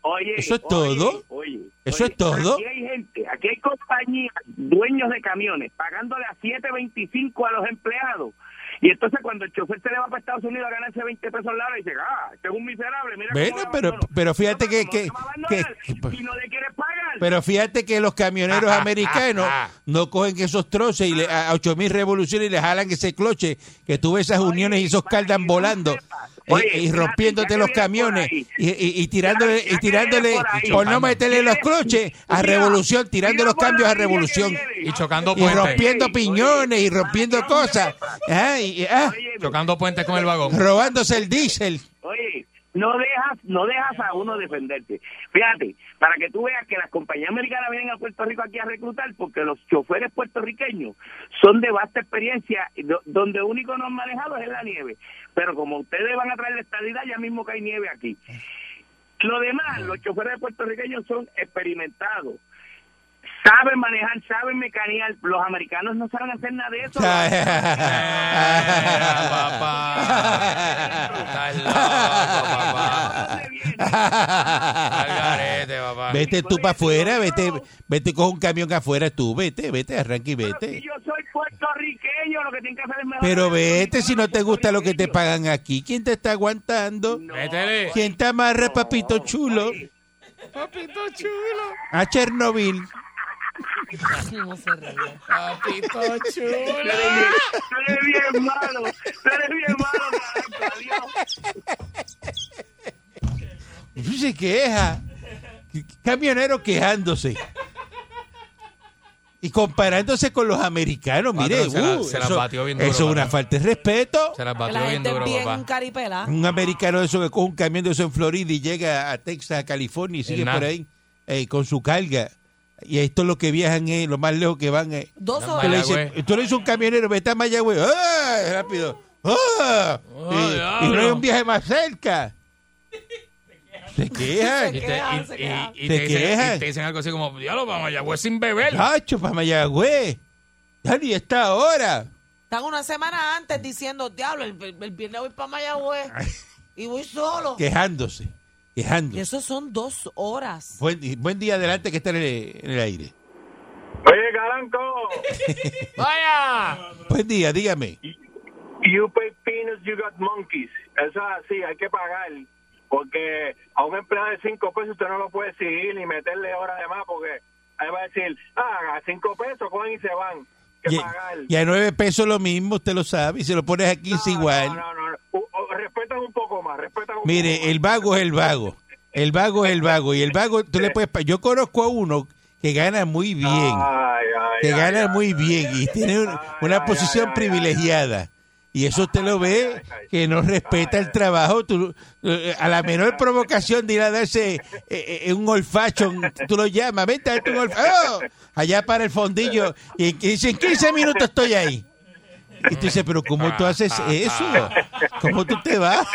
S11: Oye,
S3: Eso es
S11: oye,
S3: todo.
S11: oye,
S3: Eso
S11: oye,
S3: es todo.
S11: Aquí hay gente, aquí hay compañías, dueños de camiones, pagándole a 7.25 a los empleados. Y entonces cuando el chofer se le va para Estados Unidos a ganarse 20 pesos la hora, dice, ah, este es un miserable, mira
S3: Bueno,
S11: cómo
S3: pero, pero fíjate que, que- que-
S11: si no le quieres pagar.
S3: pero fíjate que los camioneros
S6: Ah,
S3: americanos no cogen esos troces y le, a 8000 revoluciones y le jalan ese cloche que tú ves esas uniones y esos caldan volando eh,
S11: Oye,
S3: y, rompiéndote los camiones y, y- y tirándole y tirándole
S6: por ahí.
S3: por no meterle los cloches a revolución tirando los cambios a revolución
S6: Y chocando
S3: y
S6: puentes.
S3: rompiendo piñones y rompiendo cosas Ah, y- ah,
S6: Chocando puentes con el vagón.
S3: robándose el diésel
S11: Oye, no dejas, no dejas a uno defenderte. Fíjate, para que tú veas que las compañías americanas vienen a Puerto Rico aquí a reclutar porque los choferes puertorriqueños son de vasta experiencia, y do- donde único no han manejado es en la nieve. Pero como ustedes van a traer la estadidad, ya mismo que hay nieve aquí. Lo demás, los choferes puertorriqueños son experimentados. Saben manejar, saben mecanear. Los americanos no saben hacer nada de
S3: [LAUGHS]
S11: eso.
S3: Vete tú para afuera, vete, vete coge un camión afuera tú, vete, vete, arranca y vete.
S11: Yo soy puertorriqueño, lo que tienen que hacer es mejor.
S3: Pero vete si no te gusta lo que te pagan aquí. ¿Quién te está aguantando?
S6: Métele.
S3: ¿Quién te amarra, papito chulo?
S6: Papito chulo.
S3: A Chernobyl.
S6: Papito
S9: chulo.
S11: Tú eres bien malo, tú eres bien malo, carajo, adiós.
S3: Y Se queja. Camionero quejándose. Y comparándose con los americanos, mire,
S6: Patrón, se la-
S3: uh,
S6: se la
S3: eso,
S6: batió bien duro,
S3: eso es una
S6: patrón.
S3: falta de respeto.
S6: Se las
S4: Que la
S6: batió bien
S4: gente
S6: duro,
S4: es bien
S6: papá.
S4: caripela.
S3: Un americano de eso que coge un camión de eso en Florida y llega a Texas, a California y sigue
S6: nada.
S3: por ahí eh, con su carga. Y esto es lo que viajan, eh, lo más lejos que van. eh.
S4: Dos
S3: Tú le
S4: [LAUGHS] horas.
S3: dices, tú le dices a un camionero, vete a Mayagüez. ¡Ah! Rápido. ¡Ah! y, y no hay un viaje más cerca. Se
S6: [LAUGHS]
S3: quejan.
S6: Y te, y- y- y
S3: Se
S6: te dicen,
S3: quejan.
S6: y te dicen algo así como, diablo, vamos allá, güey, sin beber.
S3: Chacho, para Mayagüez. Ya ni está ahora.
S4: Están una semana antes diciendo, diablo, el, el- el viernes voy para Mayagüez y voy solo.
S3: Quejándose. Quejándose.
S4: Y eso son dos horas.
S3: Buen, di- buen día adelante que está en el, en el aire.
S12: Oye, Caranco.
S6: Vaya.
S3: Buen día, dígame.
S12: You pay peanuts, you got monkeys. Eso es así, hay que pagar. Porque a un empleado de 5 pesos usted no lo puede exigir ni meterle horas de más porque ahí va a decir, ah, a 5 pesos cogen y se van. Hay que
S3: Y,
S12: pagar.
S3: y a nueve pesos lo mismo, usted lo sabe. Y si lo pones aquí es igual.
S12: No, no, no. U- u- respetan un poco más, respetan un
S3: Mire, el vago es el vago. El vago es el vago. Y el
S12: [LAUGHS]
S3: vago, tú le puedes. pa- Yo conozco a uno que gana muy bien.
S12: Ah,
S3: que gana muy bien y tiene un- una posición privilegiada. Y eso usted lo ve que no respeta el trabajo. Tú, eh, a la menor provocación de ir a darse eh, eh, un olfacho, tú lo llamas, vete a darte un olfacho. ¡Oh! Allá para el fondillo. Y, y dice, en 15 minutos estoy ahí. Y tú dices, pero ¿cómo tú haces eso? ¿Cómo tú te vas?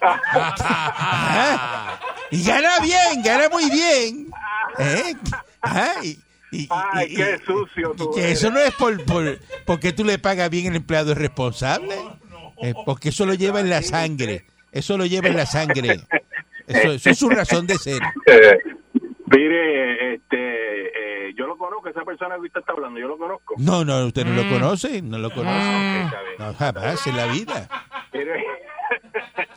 S3: ¿Ah? Y gana bien, gana muy bien. ¿Eh? Ajá, y- y- y-
S12: Ay,
S3: y-
S12: qué sucio
S3: y
S12: tú.
S3: que eso no es por, por- porque tú le pagas bien el empleado es responsable. Eh, porque eso lo lleva en la sangre. Eso lo lleva en la sangre. Eso, eso es su razón de ser.
S12: Eh, mire, este, eh, yo lo conozco, esa persona que usted está hablando, yo lo conozco.
S3: No, no, usted no lo conoce, no lo
S12: Ah, ok,
S3: conoce.
S12: está bien.
S3: No, jamás en la vida.
S12: Mire,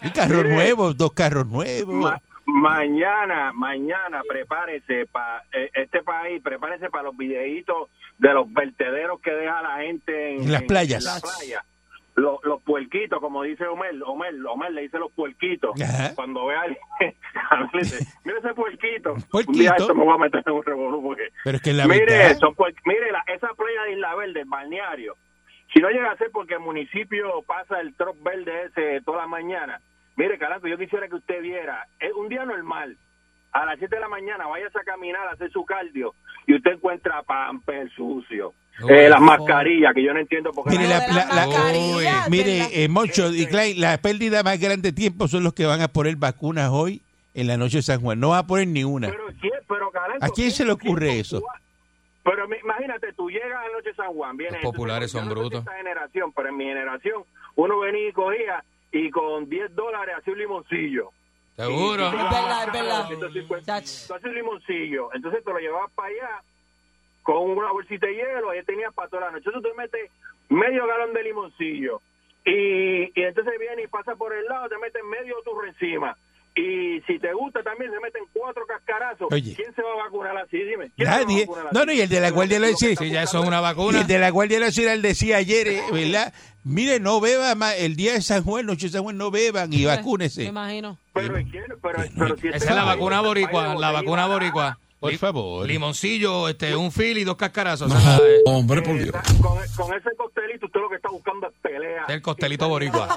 S3: Un Ah. carro nuevo, dos carros nuevos.
S12: ma- mañana, mañana, prepárese para este país, prepárese para los videitos de los vertederos que deja la gente en,
S3: En las playas.
S12: en las playas. Los, los puerquitos, como dice Omer, Omer, Omer le dice los puerquitos.
S3: Ajá.
S12: Cuando vea, [LAUGHS] a mí le dice, mira ese puerquito. Un
S3: Puerquito.
S12: día esto me voy a meter en un revolú porque
S3: Pero es que la
S12: mire,
S3: verdad.
S12: son puer- mire la- esa playa de Isla Verde, el balneario. Si no llega a ser porque el municipio pasa el trop verde ese toda la mañana. Mire, carajo, yo quisiera que usted viera. Es un día normal. A las 7 de la mañana vayas a caminar, a hacer su cardio y usted encuentra pamper sucio. Eh, las mascarillas, que yo no entiendo por qué.
S3: Mire, la- la- la-
S4: [LAUGHS]
S12: mascarillas,
S3: mire eh, Moncho y Klein, la pérdida más grande de tiempo son los que van a poner vacunas hoy en la noche de San Juan. No va a poner ni una.
S12: Pero, ¿quién- pero, carajo,
S3: ¿A quién se le ocurre eso?
S12: Pero mi- imagínate, tú llegas a la noche de San Juan, vienes...
S6: Los populares
S12: yo
S6: son
S12: no sé si
S6: brutos.
S12: esta generación, pero en mi generación, uno venía y cogía y con 10 dólares hacía un limoncillo.
S6: Seguro.
S12: Y- y-
S6: Es verdad, es
S4: verdad.
S12: Entonces, pues, tú hacías un limoncillo, entonces te lo llevabas para allá con una bolsita de hielo y tenías para toda la noche. Entonces tú te metes medio galón de limoncillo y, y entonces viene y pasa por el lado, te meten medio turro encima. Y si te gusta también, se meten cuatro cascarazos.
S3: Oye.
S12: ¿Quién se va a vacunar así? Dime. ¿Quién se va a
S3: Nadie.
S12: vacunar así?
S3: No, no, y el de la Guardia Nacional.
S6: Sí, ya eso es una
S3: Y
S6: vacuna.
S3: el de la Guardia Nacional decía ayer, eh, ¿verdad? Mire, no beba más. El día de San Juan, noche de San Juan, no beban [LAUGHS] y
S4: Me
S3: vacúnese.
S4: imagino.
S12: Pero, ¿y quién? Pero- pero si
S6: Esa es la vacuna boricua, la vacuna boricua.
S3: Por
S6: Li-
S3: favor.
S6: Limoncillo, este, un fil y dos cascarazos. o sea, eh,
S1: Hombre, por Dios.
S12: Con, con ese costelito, usted lo que está buscando es pelea.
S6: el costelito boricua.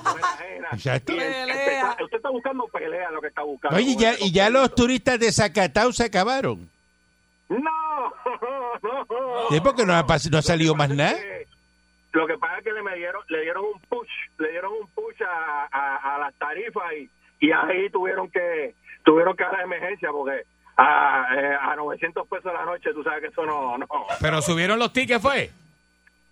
S3: Exacto.
S12: Y el- usted está- Usted está buscando pelea, lo que está buscando.
S3: Oye,
S12: Con
S3: ya,
S12: ese
S3: y ya
S12: costelito.
S3: los turistas de Zacatau se acabaron.
S12: No, [LAUGHS] no.
S3: Y es porque no ha, pas- no ha salido más nada.
S12: Lo que pasa es que le, me dieron, le dieron un push, le dieron un push a, a- a las tarifas y, y ahí tuvieron que tuvieron que dar emergencia porque a, eh, a 900 pesos la noche, tú sabes que eso no... no.
S6: Pero subieron los tickets, ¿fue?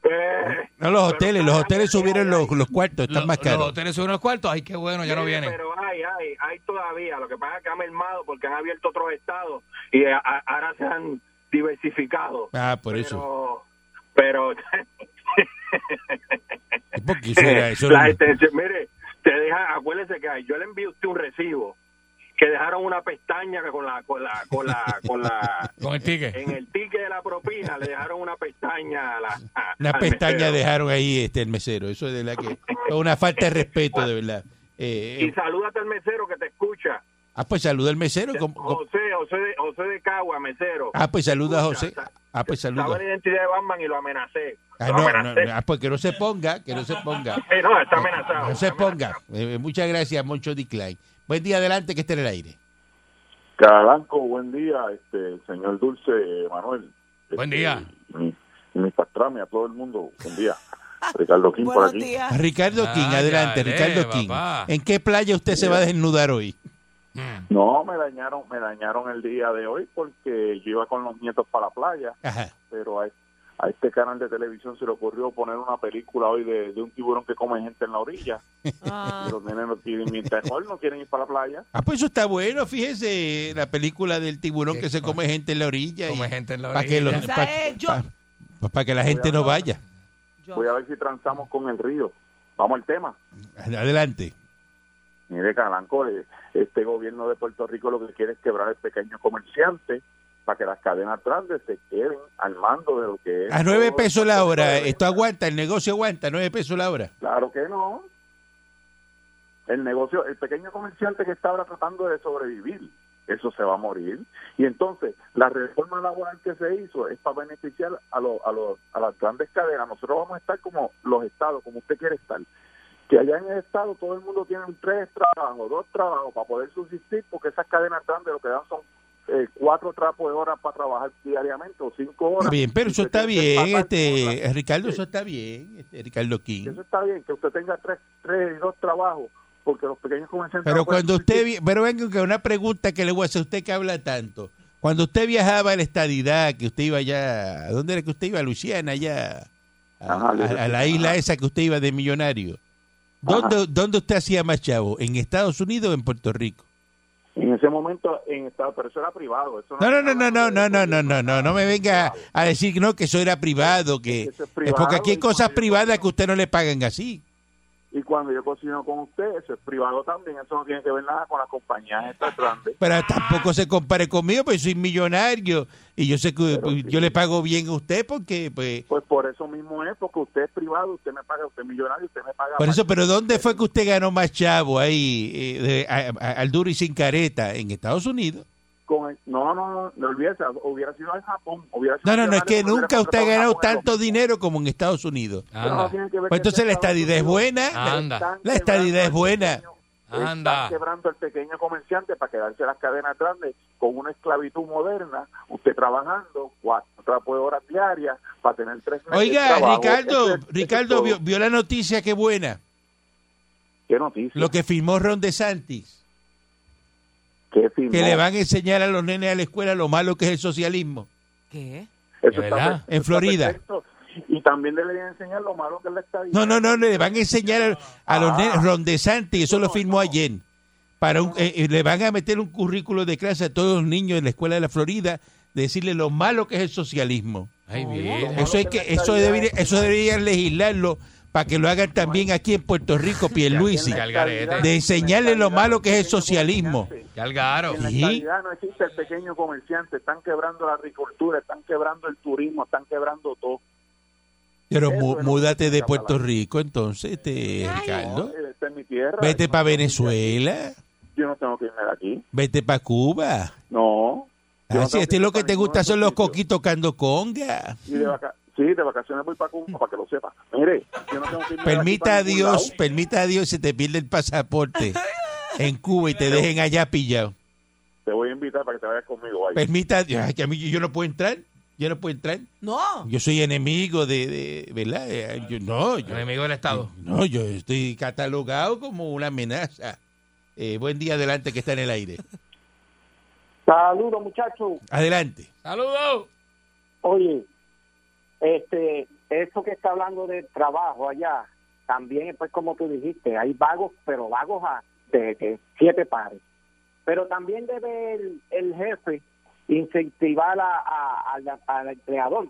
S12: Eh,
S3: No, los
S12: pero
S3: hoteles, los
S12: está-
S3: hoteles subieron los, los
S6: Los,
S3: cuartos, están más
S6: los
S3: caros.
S6: hoteles subieron los cuartos. Ay, qué bueno, ya no
S12: Sí,
S6: viene.
S12: Pero hay, hay, hay todavía. Lo que pasa es que ha mermado porque han abierto otros estados y eh, a- a- ahora se han diversificado.
S3: Ah, por eso.
S12: Pero,
S3: Es
S12: [LAUGHS]
S3: porque eso
S12: pero
S3: era- eso
S12: la
S3: era-
S12: extensión, mire, te deja, acuérdese que yo le envié a usted un recibo que dejaron una pestaña que con la, con la, con
S3: [LAUGHS]
S12: la, con la,
S6: Con el ticket.
S12: en el ticket de la propina le dejaron una pestaña a la, a-
S3: Una
S12: al
S3: pestaña
S12: mesero.
S3: dejaron ahí este el mesero. Eso es de la que. es Una falta de respeto, de verdad. Eh,
S12: Y
S3: eh,
S12: salúdate al mesero que te escucha.
S3: ah, pues saluda al mesero. ¿cómo- cómo?
S12: José, José de, José de Cagua, mesero.
S3: Ah, pues saluda a
S12: Escucha,
S3: José.
S12: sa-
S3: Ah, pues
S12: Estaba
S3: saluda.
S12: la identidad de Batman y lo amenacé.
S3: Ah,
S12: Lo
S3: no, no,
S12: amenacé.
S3: no, ah, pues que no se ponga, que no se ponga.
S12: Eh, no, está amenazado.
S3: No se
S12: está
S3: ponga. Eh, muchas gracias, Moncho Decline. Buen día, adelante, que esté en el aire.
S13: Calanco, buen día, este señor Dulce eh, Manuel.
S6: Buen
S13: Este,
S6: día.
S13: Mi, mi pastrami, a todo el mundo, buen día. [LAUGHS] Ricardo Kim por aquí.
S4: Ah.
S3: A Ah, Ricardo King,
S6: Cállale,
S3: adelante, Ricardo King.
S6: Ah, eh, papá.
S3: ¿En qué playa usted se va a desnudar hoy?
S13: No, me dañaron, me dañaron el día de hoy porque yo iba con los nietos para la playa,
S3: Ajá.
S13: pero a, a este canal de televisión se le ocurrió poner una película hoy de, de un tiburón que come gente en la orilla.
S4: Ah.
S13: Y los nenes no tienen, mientras hoy no quieren ir para la playa.
S3: Ah, pues eso está bueno, fíjese la película del tiburón que se come gente en la orilla.
S6: Come gente en la
S3: Para que,
S6: orilla.
S3: los- pa-
S4: Esa es yo.
S3: pa- pues para que la gente no vaya.
S4: Yo.
S13: Voy a ver si transamos con el río. Vamos al tema.
S3: Adelante.
S13: Mire, Calanco, eh, este gobierno de Puerto Rico lo que quiere es quebrar el pequeño comerciante para que las cadenas grandes se queden al mando de lo que es.
S3: A nueve
S13: todo
S3: pesos
S13: el-
S3: la hora. Esto aguanta, el negocio aguanta, nueve pesos la hora.
S13: Claro que no. El negocio, el pequeño comerciante que está ahora tratando de sobrevivir, eso se va a morir. Y entonces, la reforma laboral que se hizo es para beneficiar a, los a, los a las grandes cadenas. Nosotros vamos a estar como los estados, como usted quiere estar. Que allá en el estado todo el mundo tiene un tres trabajos, dos trabajos para poder subsistir, porque esas cadenas grandes lo que dan son eh, cuatro trapos de hora para trabajar diariamente o cinco horas.
S3: Está bien, pero
S13: Y
S3: eso
S13: se
S3: está
S13: tiene que
S3: bien,
S13: empatar con
S3: este,
S13: la-
S3: Ricardo,
S13: Sí.
S3: eso está bien, este, Ricardo
S13: Que
S3: King.
S13: Eso está bien, que usted tenga tres, tres y dos trabajos, porque los pequeños comerciantes...
S3: Pero
S13: no pueden
S3: cuando usted,
S13: existir.
S3: vi- pero venga que una pregunta que le voy a hacer, usted que habla tanto. Cuando usted viajaba a la estadidad, que usted iba allá, ¿a dónde era que usted iba? A Luciana, allá, a,
S13: Ajá,
S3: a- a la
S13: Luciana.
S3: isla esa que usted iba de millonario. ¿Dónde, ¿Dónde usted hacía más chavo? ¿En Estados Unidos o en Puerto Rico?
S13: En ese momento, en Estados pero eso era privado. Eso
S3: No, no, no, no, no, no, no, no, no, no, no me venga a decir no, que eso era privado, que
S13: eso es
S3: es porque aquí
S13: privado,
S3: hay
S13: y
S3: cosas privadas que usted no le pagan así.
S13: Y cuando yo cocino con usted, eso es privado también, eso no tiene que ver nada con las compañías estas grandes.
S3: Pero tampoco se compare conmigo, pues soy millonario y yo sé que pues, yo le pago bien a usted porque pues
S13: Pues por eso mismo es, porque usted es privado, usted me paga, usted es millonario, usted me paga.
S3: por
S13: más.
S3: eso, pero ¿dónde fue que usted ganó más chavo ahí eh, de- a- a- al duro y sin careta en Estados Unidos?
S13: Con el- no, no, no, no olvides, hubiera sido en Japón. Hubiera sido
S3: No, no,
S13: en
S3: no, es que
S13: Alemania,
S3: nunca usted ha
S13: hubiera
S3: ganado
S13: contratado
S3: tanto dinero como en Estados Unidos.
S13: Pero no tiene que ver
S3: Pues
S13: que
S3: entonces
S13: sea
S3: la
S13: Estados
S3: estadidad es
S13: Unidos. Ah,
S3: buena. la-
S13: Anda.
S3: La, estadidad es buena.
S13: Están quebrando al pequeño comerciante para quedarse las cadenas grandes con una esclavitud moderna, usted trabajando cuatro trapo de horas diarias para tener tres meses de
S3: Oiga,
S13: trabajo.
S3: Ricardo,
S13: Ese es-
S3: Ricardo vio, vio la noticia, qué buena.
S13: ¿Qué noticia?
S3: Lo que firmó Ron DeSantis.
S13: ¿Qué firmó?
S3: Que le van a enseñar a los nenes a la escuela lo malo que es el socialismo.
S4: ¿Qué?
S13: Eso
S3: ¿De
S13: está
S3: verdad?
S13: perfecto,
S3: En
S13: está
S3: Florida.
S13: perfecto. Y también le voy a enseñar lo malo que es la estadía.
S3: No, no, no, le van a enseñar a, a los nenes Ron DeSantis, eso lo firmó ayer. Para un- eh, eh, le van a meter un currículo de clase a todos los niños en la escuela de la Florida, decirle lo malo que es el socialismo. Eso es que eso debería, eso deberían legislarlo para que lo hagan también aquí en Puerto Rico, Pierluisi,
S6: Ya, que en la estadidad-
S3: de enseñarle lo malo que es el socialismo.
S6: Calgaro.
S13: En la estadidad no existe el pequeño comerciante, están quebrando la agricultura, están quebrando el turismo, están quebrando todo.
S3: Pero
S13: Eso
S3: mu-
S13: es lo que
S3: múdate de
S13: significa
S3: Puerto
S13: palabra.
S3: Rico entonces, este, Ricardo.
S13: No, esta es mi tierra.
S3: Vete para Venezuela,
S13: Yo no tengo que irme de aquí.
S3: vete para Cuba.
S13: No. Yo no
S3: Así,
S13: tengo
S3: este
S13: que
S3: lo que
S13: irme
S3: te
S13: a
S3: gusta
S13: ningún
S3: son los
S13: sitio.
S3: coquitos tocando conga.
S13: Y de vaca- sí, de vacaciones voy para Cuba, para que lo sepa. Mire, yo no tengo que irme de aquí
S3: Permita
S13: para
S3: a
S13: ningún
S3: Dios,
S13: lado.
S3: permita a Dios se te pierde el pasaporte en Cuba y te dejen allá pillado.
S13: Te voy a invitar para que te vayas conmigo ahí.
S3: Permita a Dios, ay, que a mí yo no puedo entrar, yo no puedo entrar.
S4: No.
S3: Yo soy enemigo de, de- ¿verdad? Eh, yo- no, yo,
S6: Enemigo del Estado.
S3: no, yo estoy catalogado como una amenaza. Eh, buen día adelante que está en el aire.
S14: Saludos, muchachos.
S3: Adelante.
S6: Saludos.
S14: Oye, este, eso que está hablando de trabajo allá, también, pues como tú dijiste, hay vagos, pero vagos a, de, de siete pares. Pero también debe el, el jefe incentivar a, a- a la- al empleador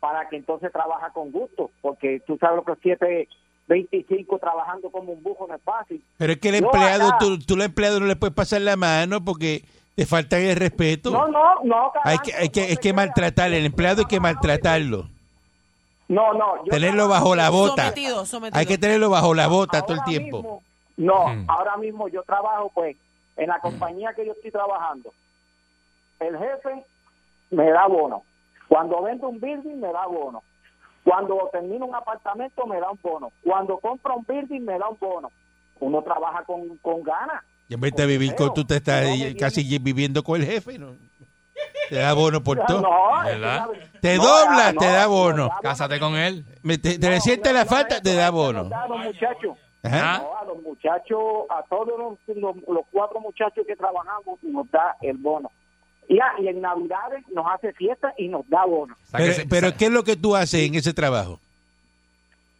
S14: para que entonces trabaja con gusto, porque tú sabes lo que es siete, 25 trabajando como un bujo no es fácil.
S3: Pero es que el
S14: No,
S3: empleado,
S14: acá.
S3: tú, tú al empleado no le puedes pasar la mano porque te falta el respeto.
S14: No, no, no, carajo.
S3: Hay que, hay que, hay que maltratar, el empleado hay que maltratarlo.
S14: No, no. yo
S3: Tenerlo bajo la bota.
S14: Sometido, sometido.
S3: Hay que tenerlo bajo la bota todo el
S14: Ahora
S3: tiempo.
S14: mismo, no,
S3: Mm.
S14: ahora mismo yo trabajo, pues, en la compañía que yo estoy trabajando. El jefe me da bono. Cuando vendo un building, me da bono. Cuando termino un apartamento, me da un bono. Cuando compro un building, me da un bono. Uno trabaja con, con ganas.
S3: Y en vez de vivir con tú, te estás casi viviendo con el jefe. ¿no? Te da bono por todo.
S14: No,
S6: ¿Verdad?
S3: Te dobla, te da bono.
S6: Cásate con él.
S3: Me- te te le sientes la falta, te da bono.
S14: A los muchachos,
S3: Ajá.
S14: no, a los muchachos, a todos los, los, los cuatro muchachos que trabajamos, nos da el bono. Y, ah, y en Navidades nos hace fiesta y nos da bono.
S3: Pero, pero ¿qué es lo que tú haces en ese trabajo?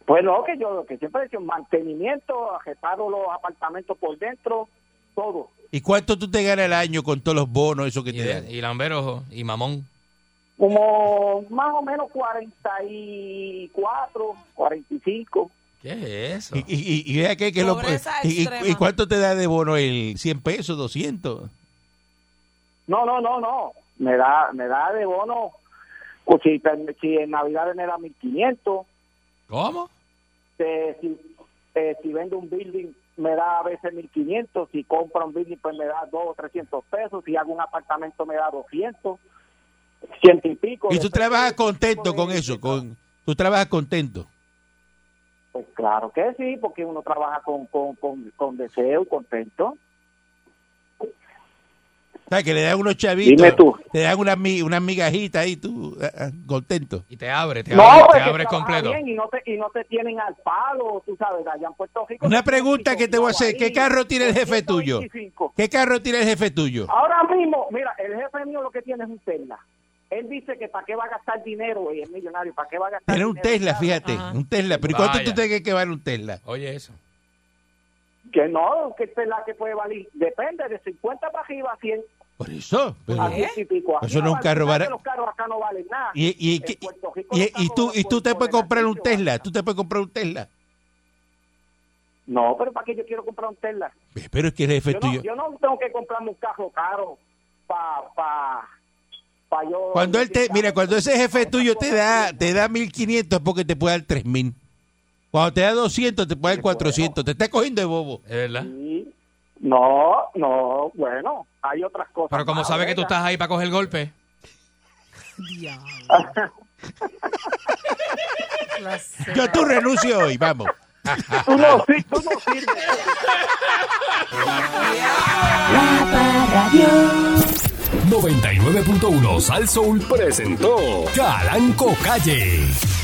S14: Pues no, que yo lo que siempre he hecho, mantenimiento, reparo los apartamentos por dentro, todo.
S3: ¿Y cuánto tú te ganas al año con todos los bonos, eso que te dan?
S6: Y Lamberojo y Mamón.
S14: Como más o menos 44, 45.
S6: ¿Qué es eso?
S3: Y, y- y- y vea que, que lo- pues,
S14: Pobreza
S3: y- y-
S14: extrema.
S3: y cuánto te da de bono el 100 pesos, 200?
S14: No, no, no, no. Me da, me da de bono. Pues si, si en Navidades me da 1500.
S6: ¿Cómo?
S14: Eh, si, eh, si vendo un building, me da a veces 1500. Si compro un building, pues me da 200 o 300 pesos. Si hago un apartamento, me da 200, ciento y pico.
S3: Y tú
S14: Después,
S3: trabajas contento con eso, con tú trabajas contento.
S14: Pues claro que sí, porque uno trabaja con, con, con, con deseo, contento.
S3: sea, que le dan unos chavitos.
S11: Dime tú.
S3: Te dan unas mi- unas migajitas ahí, tú, ah, ah, contento.
S6: Y te abre, te
S3: No,
S6: abre,
S3: pues
S6: te
S3: que
S6: abre
S3: trabaja
S6: completo.
S14: bien y no te y no te tienen al palo, tú sabes, allá en Puerto Rico.
S3: Una pregunta que te voy a hacer. ¿Qué carro tiene el jefe tuyo?
S14: 125.
S3: ¿Qué carro tiene el jefe tuyo?
S14: Ahora mismo, mira, el jefe mío lo que tiene es un Tesla. Él dice que para qué va a gastar dinero y es millonario, para qué va a gastar
S3: Tiene un
S14: dinero?
S3: Tesla, fíjate. Un Tesla. ¿Pero ¿y cuánto
S6: Vaya.
S3: tú tienes que vale un Tesla?
S6: Oye, eso.
S14: Que no, que el Tesla que puede valer, depende de 50 para arriba a 100.
S3: Por eso. pero-
S14: a 100 y pico. Aquí
S3: Eso no es un carro
S14: tú sabes que
S3: barato.
S14: Los carros acá no valen nada.
S3: Y, y,
S14: En
S3: qué-
S14: Puerto Rico
S3: y,
S14: los
S3: y
S14: carros
S3: tú,
S14: no
S3: y tú te
S14: pueden
S3: puedes comprar un Tesla. Tú te puedes comprar un Tesla.
S14: No, pero ¿para qué yo quiero comprar un Tesla?
S3: Pero es que el jefe
S14: Yo no,
S3: tuyo.
S14: yo no tengo que comprarme un carro caro para pa, pa yo...
S3: Cuando él te, mira, cuando ese jefe tuyo te da te da 1500 es porque te puede dar 3000. Cuando te da 200 te puede dar 400, te está cogiendo de bobo.
S6: Es verdad.
S14: Sí. No, no, bueno, hay otras cosas.
S6: Pero como
S14: más,
S6: sabe que tú
S14: ¿verdad?
S6: estás ahí para coger el golpe.
S3: [LAUGHS] Yo tú renuncio hoy, vamos.
S14: Tú no, sí, tú no sirves.
S10: La Parra Dios.
S1: 99.1 Sal Soul presentó Calanco Calle.